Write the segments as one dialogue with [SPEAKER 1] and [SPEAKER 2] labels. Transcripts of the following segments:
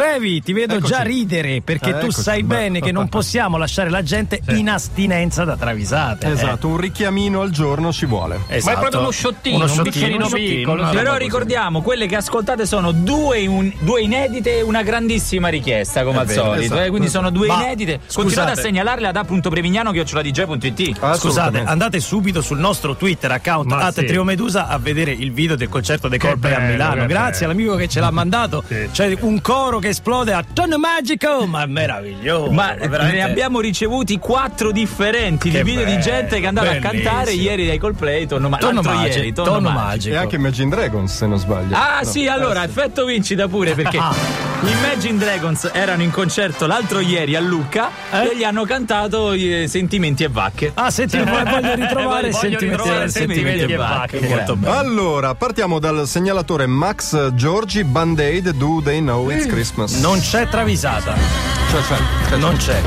[SPEAKER 1] Previ, ti vedo
[SPEAKER 2] Eccoci.
[SPEAKER 1] già ridere perché tu
[SPEAKER 2] Eccoci,
[SPEAKER 1] sai
[SPEAKER 2] beh.
[SPEAKER 1] bene che non possiamo lasciare la gente in astinenza da travisate. eh.
[SPEAKER 2] Esatto, un richiamino al giorno ci vuole.
[SPEAKER 1] Esatto.
[SPEAKER 3] Ma è proprio uno sciottino,
[SPEAKER 1] Uno
[SPEAKER 3] un
[SPEAKER 1] sciottino,
[SPEAKER 3] bicchierino
[SPEAKER 1] uno sciottino,
[SPEAKER 3] piccolo.
[SPEAKER 1] una roba
[SPEAKER 3] Però
[SPEAKER 1] così.
[SPEAKER 3] ricordiamo, quelle che ascoltate sono due, in- due inedite e una grandissima richiesta, come al
[SPEAKER 1] vero,
[SPEAKER 3] solito.
[SPEAKER 2] esatto.
[SPEAKER 3] eh, Quindi sono due
[SPEAKER 1] Ma,
[SPEAKER 3] inedite.
[SPEAKER 1] scusate.
[SPEAKER 3] Continuate a segnalarle ad a.prevignano.dj.it.
[SPEAKER 2] Assolutamente.
[SPEAKER 1] Ah, Scusate, andate subito sul nostro Twitter account
[SPEAKER 4] Ma
[SPEAKER 1] at
[SPEAKER 4] sì.
[SPEAKER 1] Triomedusa a vedere il video del concerto dei
[SPEAKER 4] Che
[SPEAKER 1] Coldplay a
[SPEAKER 4] bello,
[SPEAKER 1] Milano.
[SPEAKER 4] che
[SPEAKER 1] Grazie
[SPEAKER 4] bello.
[SPEAKER 1] all'amico che ce l'ha mandato.
[SPEAKER 4] Sì,
[SPEAKER 1] C'è
[SPEAKER 4] sì.
[SPEAKER 1] un coro che esplode a tono magico, ma è meraviglioso.
[SPEAKER 3] Ma eh,
[SPEAKER 1] veramente.
[SPEAKER 3] ne abbiamo ricevuti quattro differenti di
[SPEAKER 1] Che
[SPEAKER 3] video
[SPEAKER 1] bello,
[SPEAKER 3] di gente che andava a
[SPEAKER 1] bellissimo.
[SPEAKER 3] cantare ieri dai Coldplay, Tonno Ma-
[SPEAKER 1] tono
[SPEAKER 3] l'altro
[SPEAKER 1] magico,
[SPEAKER 3] ieri,
[SPEAKER 1] tono
[SPEAKER 3] Magico.
[SPEAKER 1] magico.
[SPEAKER 2] E anche Imagine Dragons, se non sbaglio.
[SPEAKER 3] Ah
[SPEAKER 2] No.
[SPEAKER 3] sì, allora,
[SPEAKER 2] Eh,
[SPEAKER 3] effetto vincita pure perché
[SPEAKER 1] Ah.
[SPEAKER 3] gli Imagine Dragons erano in concerto l'altro ieri a Lucca
[SPEAKER 1] Eh?
[SPEAKER 3] e gli hanno cantato eh, Sentimenti e Vacche.
[SPEAKER 1] Ah, senti, voglio ritrovare
[SPEAKER 4] Voglio
[SPEAKER 1] sentimenti,
[SPEAKER 4] ritrovare
[SPEAKER 1] sentimenti e vacche. Molto bene.
[SPEAKER 2] Allora, partiamo dal segnalatore Max Giorgi Band-Aid Do They Know It's Christmas.
[SPEAKER 1] Eh. Non c'è travisata,
[SPEAKER 2] Cioè, cioè, cioè,
[SPEAKER 1] non c'è.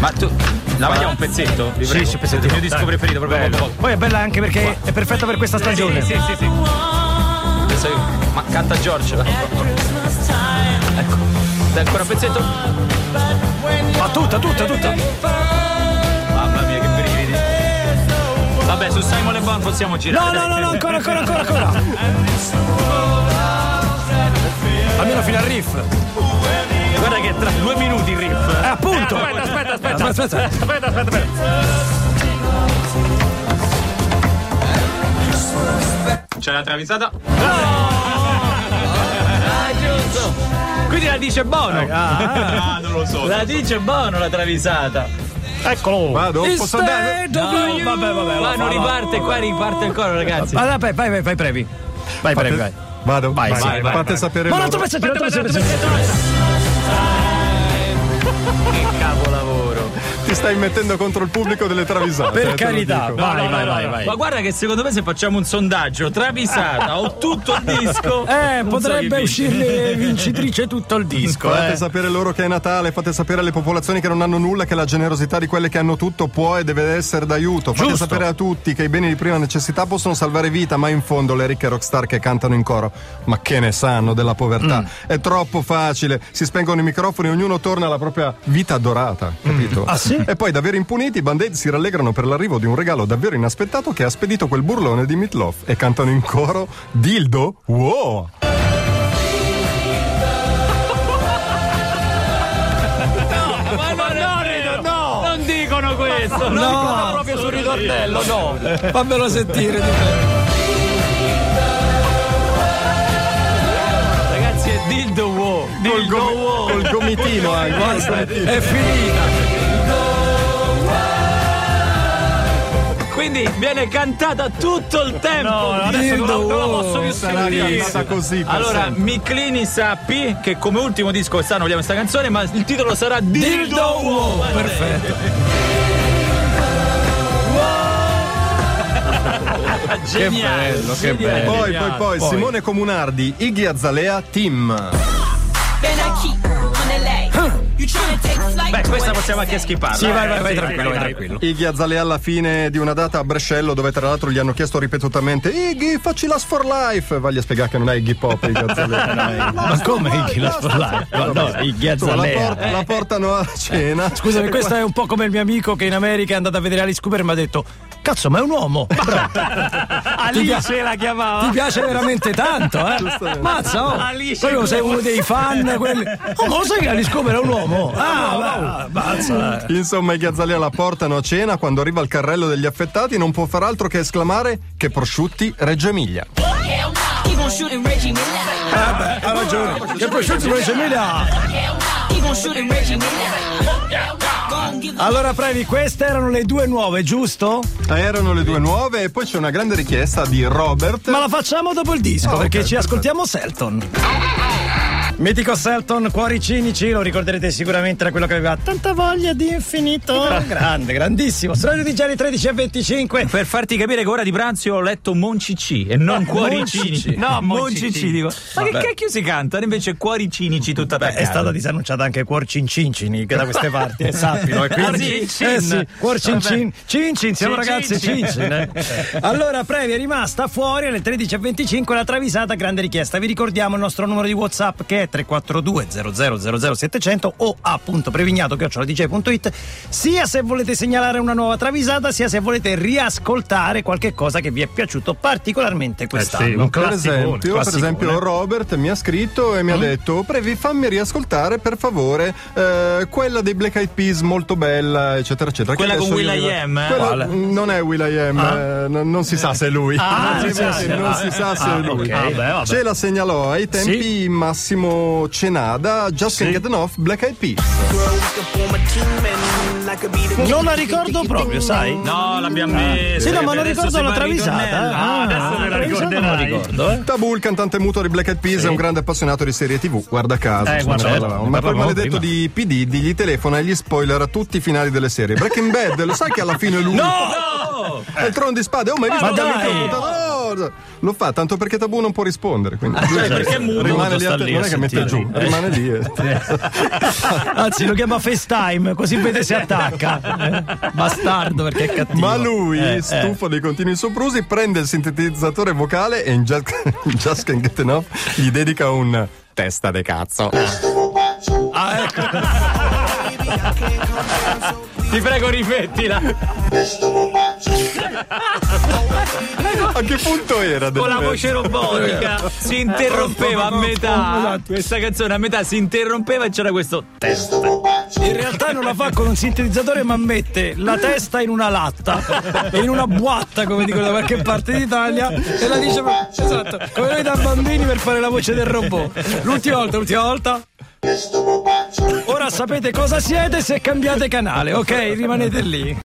[SPEAKER 3] Ma tu la vogliamo un pezzetto? Vi prego.
[SPEAKER 1] sì, pezzettino,
[SPEAKER 3] È il mio disco
[SPEAKER 1] dai.
[SPEAKER 3] preferito proprio molto poco.
[SPEAKER 1] Poi è bella anche perché è perfetta per questa stagione.
[SPEAKER 3] Sì, sì, sì. Adesso io- Ma canta Giorgio. Ecco. Dai ancora un pezzetto?
[SPEAKER 1] Ma tutta, tutta, tutta.
[SPEAKER 3] Mamma mia, che brividi. Vabbè, su Simon Le Bon possiamo
[SPEAKER 1] No,
[SPEAKER 3] girare.
[SPEAKER 1] no, no, no, ancora, ancora, ancora, ancora. Almeno fino al riff. Eh,
[SPEAKER 3] Guarda che tra due minuti il riff.
[SPEAKER 1] appunto.
[SPEAKER 4] Aspetta, aspetta, aspetta.
[SPEAKER 1] Aspetta, aspetta.
[SPEAKER 4] Aspetta, aspetta, aspetta.
[SPEAKER 3] C'è la travisata. Ah, giusto. Quindi la dice Bono.
[SPEAKER 1] Ah,
[SPEAKER 3] non lo so. La dice Bono la travisata.
[SPEAKER 4] Eccolo.
[SPEAKER 2] Vado, posso andare?
[SPEAKER 1] Instead of
[SPEAKER 3] Oh,
[SPEAKER 1] you. Vabbè, vabbè,
[SPEAKER 3] Qua
[SPEAKER 1] vabbè.
[SPEAKER 3] non riparte, qua riparte il coro, ragazzi.
[SPEAKER 1] Ah, Vabbè, vai, vai, vai, previ. Vai, previ, vai.
[SPEAKER 2] Vado.
[SPEAKER 1] Vai,
[SPEAKER 2] Fate-
[SPEAKER 1] vai, vai,
[SPEAKER 2] Fate sapere
[SPEAKER 1] Ma un
[SPEAKER 2] loro.
[SPEAKER 1] altro pezzettino, un altro pezzettino.
[SPEAKER 3] Che capolavoro.
[SPEAKER 2] Ti stai mettendo contro il pubblico delle travisate. eh,
[SPEAKER 1] Per
[SPEAKER 2] te lo
[SPEAKER 1] carità,
[SPEAKER 2] dico.
[SPEAKER 1] vai, vai, vai,
[SPEAKER 3] Ma
[SPEAKER 1] vai.
[SPEAKER 3] guarda che secondo me se facciamo un sondaggio travisata o tutto il disco
[SPEAKER 1] Eh,
[SPEAKER 3] non so
[SPEAKER 1] potrebbe
[SPEAKER 3] chi
[SPEAKER 1] uscirne vincitrice tutto il disco,
[SPEAKER 2] Fate
[SPEAKER 1] eh.
[SPEAKER 2] sapere loro che è Natale, fate sapere alle popolazioni che non hanno nulla che la generosità di quelle che hanno tutto può e deve essere d'aiuto. Fate
[SPEAKER 1] Giusto.
[SPEAKER 2] sapere a tutti che i beni di prima necessità possono salvare vita, ma in fondo le ricche rockstar che cantano in coro, ma che ne sanno della povertà?
[SPEAKER 1] Mm.
[SPEAKER 2] È troppo facile, si spengono i microfoni, ognuno torna alla propria vita dorata, capito?
[SPEAKER 1] Ah, sì?
[SPEAKER 2] E poi davvero impuniti, i band si rallegrano per l'arrivo di un regalo davvero inaspettato che ha spedito quel burlone di Meatloaf e cantano in coro Dildo, wow!
[SPEAKER 3] vince. Ma no, no, no, non dicono questo. No, dicono proprio sul ritornello, no.
[SPEAKER 1] Fammelo sentire.
[SPEAKER 3] Ragazzi, è Dildo Wow.
[SPEAKER 2] Col,
[SPEAKER 3] Dildo
[SPEAKER 2] gomi-
[SPEAKER 3] Wow.
[SPEAKER 2] col gomitino eh, anche.
[SPEAKER 1] È finita.
[SPEAKER 3] Quindi viene cantata tutto il tempo.
[SPEAKER 1] adesso non la- non la posso più
[SPEAKER 2] Sarà cantata così per
[SPEAKER 3] Allora,
[SPEAKER 2] sempre.
[SPEAKER 3] Miclini sappi che come ultimo disco quest'anno vogliamo questa canzone, ma il titolo sarà Dildo
[SPEAKER 1] Dildo
[SPEAKER 3] Wow.
[SPEAKER 1] Wow, perfetto.
[SPEAKER 3] Geniale.
[SPEAKER 1] bello, che
[SPEAKER 3] geniale.
[SPEAKER 1] bello.
[SPEAKER 2] Poi, poi, poi,
[SPEAKER 1] eh, Poi.
[SPEAKER 2] Simone Comunardi, Iggy Azalea, Tim.
[SPEAKER 5] Then I keep on LA. You tryna take flight.
[SPEAKER 3] Beh, questa possiamo anche eh.
[SPEAKER 5] skip.
[SPEAKER 3] schipparla.
[SPEAKER 1] Sì, vai, vai, vai,
[SPEAKER 4] sì,
[SPEAKER 1] tranquillo, vai,
[SPEAKER 4] vai, vai.
[SPEAKER 1] tranquillo.
[SPEAKER 2] Iggy Azalea alla fine di una data a Brescello dove tra l'altro gli hanno chiesto ripetutamente Iggy, facci Last for Life. Vagli a spiegare che non è Iggy Pop, Iggy Azalea.
[SPEAKER 1] Ma come il Last No, Eh. no, il
[SPEAKER 2] Insomma, la,
[SPEAKER 1] Ghiazzalea.
[SPEAKER 2] port- la portano a cena.
[SPEAKER 1] Scusami, questo è un po' come il mio amico che in America è andato a vedere Alice Cooper e mi ha detto Cazzo, ma è un uomo! Però Alice
[SPEAKER 4] la
[SPEAKER 1] ti
[SPEAKER 4] chiamava.
[SPEAKER 1] piace veramente tanto, eh?
[SPEAKER 2] Giustamente.
[SPEAKER 1] Mazza, oh!
[SPEAKER 4] Alice
[SPEAKER 1] Proprio sei uno dei fan, quelli... Oh, ma lo sai che Alice Cooper è un uomo? Ah, ma- mazza!
[SPEAKER 2] Insomma, Iggy Azalea la portano a cena. Quando arriva al carrello degli affettati, non può far altro che esclamare che prosciutti Reggio Emilia.
[SPEAKER 5] Hell no. He gon' shoot and Reggie Miller.
[SPEAKER 1] Ha ragione! Che prosciutto lo mila!
[SPEAKER 5] Hell no. He gon' shoot and Reggie Miller. Hell no. Gon' give a
[SPEAKER 1] Allora, Previ, queste erano le due nuove, giusto?
[SPEAKER 2] Erano le due nuove e poi c'è una grande richiesta di Robert.
[SPEAKER 1] Ma la facciamo dopo il disco,
[SPEAKER 2] Ah, ok,
[SPEAKER 1] perché ci
[SPEAKER 2] perfetto.
[SPEAKER 1] ascoltiamo Selton. Mitico Selton, cuori cinici, lo ricorderete sicuramente da quello che aveva tanta voglia di infinito. Grande, grandissimo. Sono di Gianni 13 e 25.
[SPEAKER 3] Per farti capire che ora di pranzo io ho letto Moncicì e
[SPEAKER 1] Ah,
[SPEAKER 3] non Cuoricini.
[SPEAKER 1] Moncicì.
[SPEAKER 3] No, Moncicì. dico. Ma che
[SPEAKER 1] Vabbè.
[SPEAKER 3] cacchio si cantano invece Cuoricinici tutta
[SPEAKER 1] Beh, è
[SPEAKER 3] attaccata?
[SPEAKER 1] stata disannunciata anche Cuor Cincincini che da queste parti, eh, sappilo. eh, quindi-
[SPEAKER 3] Cuor Cincin.
[SPEAKER 1] Eh sì, Cuor Cincin. Cincin, siamo
[SPEAKER 4] Cin
[SPEAKER 1] ragazzi
[SPEAKER 4] Cincin.
[SPEAKER 1] Cincin. eh. Allora, Previ è rimasta fuori alle 13.25 la travisata grande richiesta. Vi ricordiamo il nostro numero di WhatsApp che è 333 342 0000 700 o a.prevignato.it sia se volete segnalare una nuova travisata sia se volete riascoltare qualche cosa che vi è piaciuto
[SPEAKER 4] Eh
[SPEAKER 1] particolarmente quest'anno.
[SPEAKER 4] un
[SPEAKER 2] Per
[SPEAKER 4] classicone,
[SPEAKER 2] esempio, per
[SPEAKER 1] classicone.
[SPEAKER 2] esempio, Robert mi ha scritto e mi ha detto: Previ, fammi riascoltare per favore eh, quella dei Black Eyed Peas, molto bella, eccetera, eccetera.
[SPEAKER 3] Quella
[SPEAKER 2] Che
[SPEAKER 3] con
[SPEAKER 2] adesso
[SPEAKER 3] Will.i.am,
[SPEAKER 2] io mi-
[SPEAKER 3] eh?
[SPEAKER 2] Quella-
[SPEAKER 3] Quale?
[SPEAKER 2] Non è Will.i.am, eh, non, non si sa se è lui.
[SPEAKER 4] Ah,
[SPEAKER 2] non si,
[SPEAKER 4] non si sa se-
[SPEAKER 2] non si sa se è lui.
[SPEAKER 4] ok. Vabbè, vabbè.
[SPEAKER 2] Ce la segnalò ai tempi Massimo Cenada, Just Can't Get Enough, Black Eyed Peas.
[SPEAKER 1] Non la ricordo proprio, sai?
[SPEAKER 3] No, l'abbiamo messa.
[SPEAKER 1] Ah. Sì, no, ma non
[SPEAKER 3] Adesso
[SPEAKER 1] ricordo
[SPEAKER 3] si
[SPEAKER 1] la
[SPEAKER 3] fa il
[SPEAKER 1] travisata.
[SPEAKER 3] ritornello.
[SPEAKER 1] Ah,
[SPEAKER 4] adesso me
[SPEAKER 1] travisata
[SPEAKER 4] la
[SPEAKER 1] non la
[SPEAKER 4] ricorderai.
[SPEAKER 1] ricordo, eh.
[SPEAKER 2] Tabù, il cantante muto di Black Eyed Peas, è un grande appassionato di serie TV, guarda caso.
[SPEAKER 4] Eh,
[SPEAKER 2] insomma,
[SPEAKER 4] guarda,
[SPEAKER 2] ne
[SPEAKER 4] certo,
[SPEAKER 2] parlavamo.
[SPEAKER 4] ne
[SPEAKER 2] Ma quel
[SPEAKER 4] parlavamo
[SPEAKER 2] maledetto
[SPEAKER 4] prima.
[SPEAKER 2] di PD digli telefona e gli spoilerà tutti i finali delle serie. Breaking Bad, lo sai che alla fine è lui.
[SPEAKER 3] No!
[SPEAKER 2] È il trono di spade, oh, ma hai visto
[SPEAKER 1] Ma
[SPEAKER 2] che
[SPEAKER 1] dai!
[SPEAKER 2] ha vinto il Mutatore? Lo fa tanto perché Tabù non può rispondere. Quindi
[SPEAKER 3] cioè, perché è muto,
[SPEAKER 2] rimane
[SPEAKER 3] muto
[SPEAKER 2] lì,
[SPEAKER 3] sta
[SPEAKER 2] a te-
[SPEAKER 3] lì a
[SPEAKER 2] non è che mette giù,
[SPEAKER 3] sentire. Eh.
[SPEAKER 2] rimane lì. eh.
[SPEAKER 1] Anzi, lo chiama FaceTime, così vede se attacca. Eh, Bastardo perché è cattivo.
[SPEAKER 2] Ma lui,
[SPEAKER 1] Eh, eh.
[SPEAKER 2] stufo dei continui soprusi, prende il sintetizzatore vocale e in Just, Just Can't Get Enough gli dedica un testa de cazzo.
[SPEAKER 3] Ti prego, rifettila.
[SPEAKER 2] A che punto era? del
[SPEAKER 3] Con la
[SPEAKER 2] pezzo?
[SPEAKER 3] voce robotica si interrompeva a metà. Questa canzone a metà si interrompeva e c'era questo.
[SPEAKER 1] In realtà non la fa con un sintetizzatore, ma mette la testa in una latta e in una buatta, come dicono da qualche parte d'Italia, e la dice esatto, come noi da bambini per fare la voce del robot. L'ultima volta, l'ultima volta. Ora sapete cosa siete se cambiate canale, ok? Rimanete lì.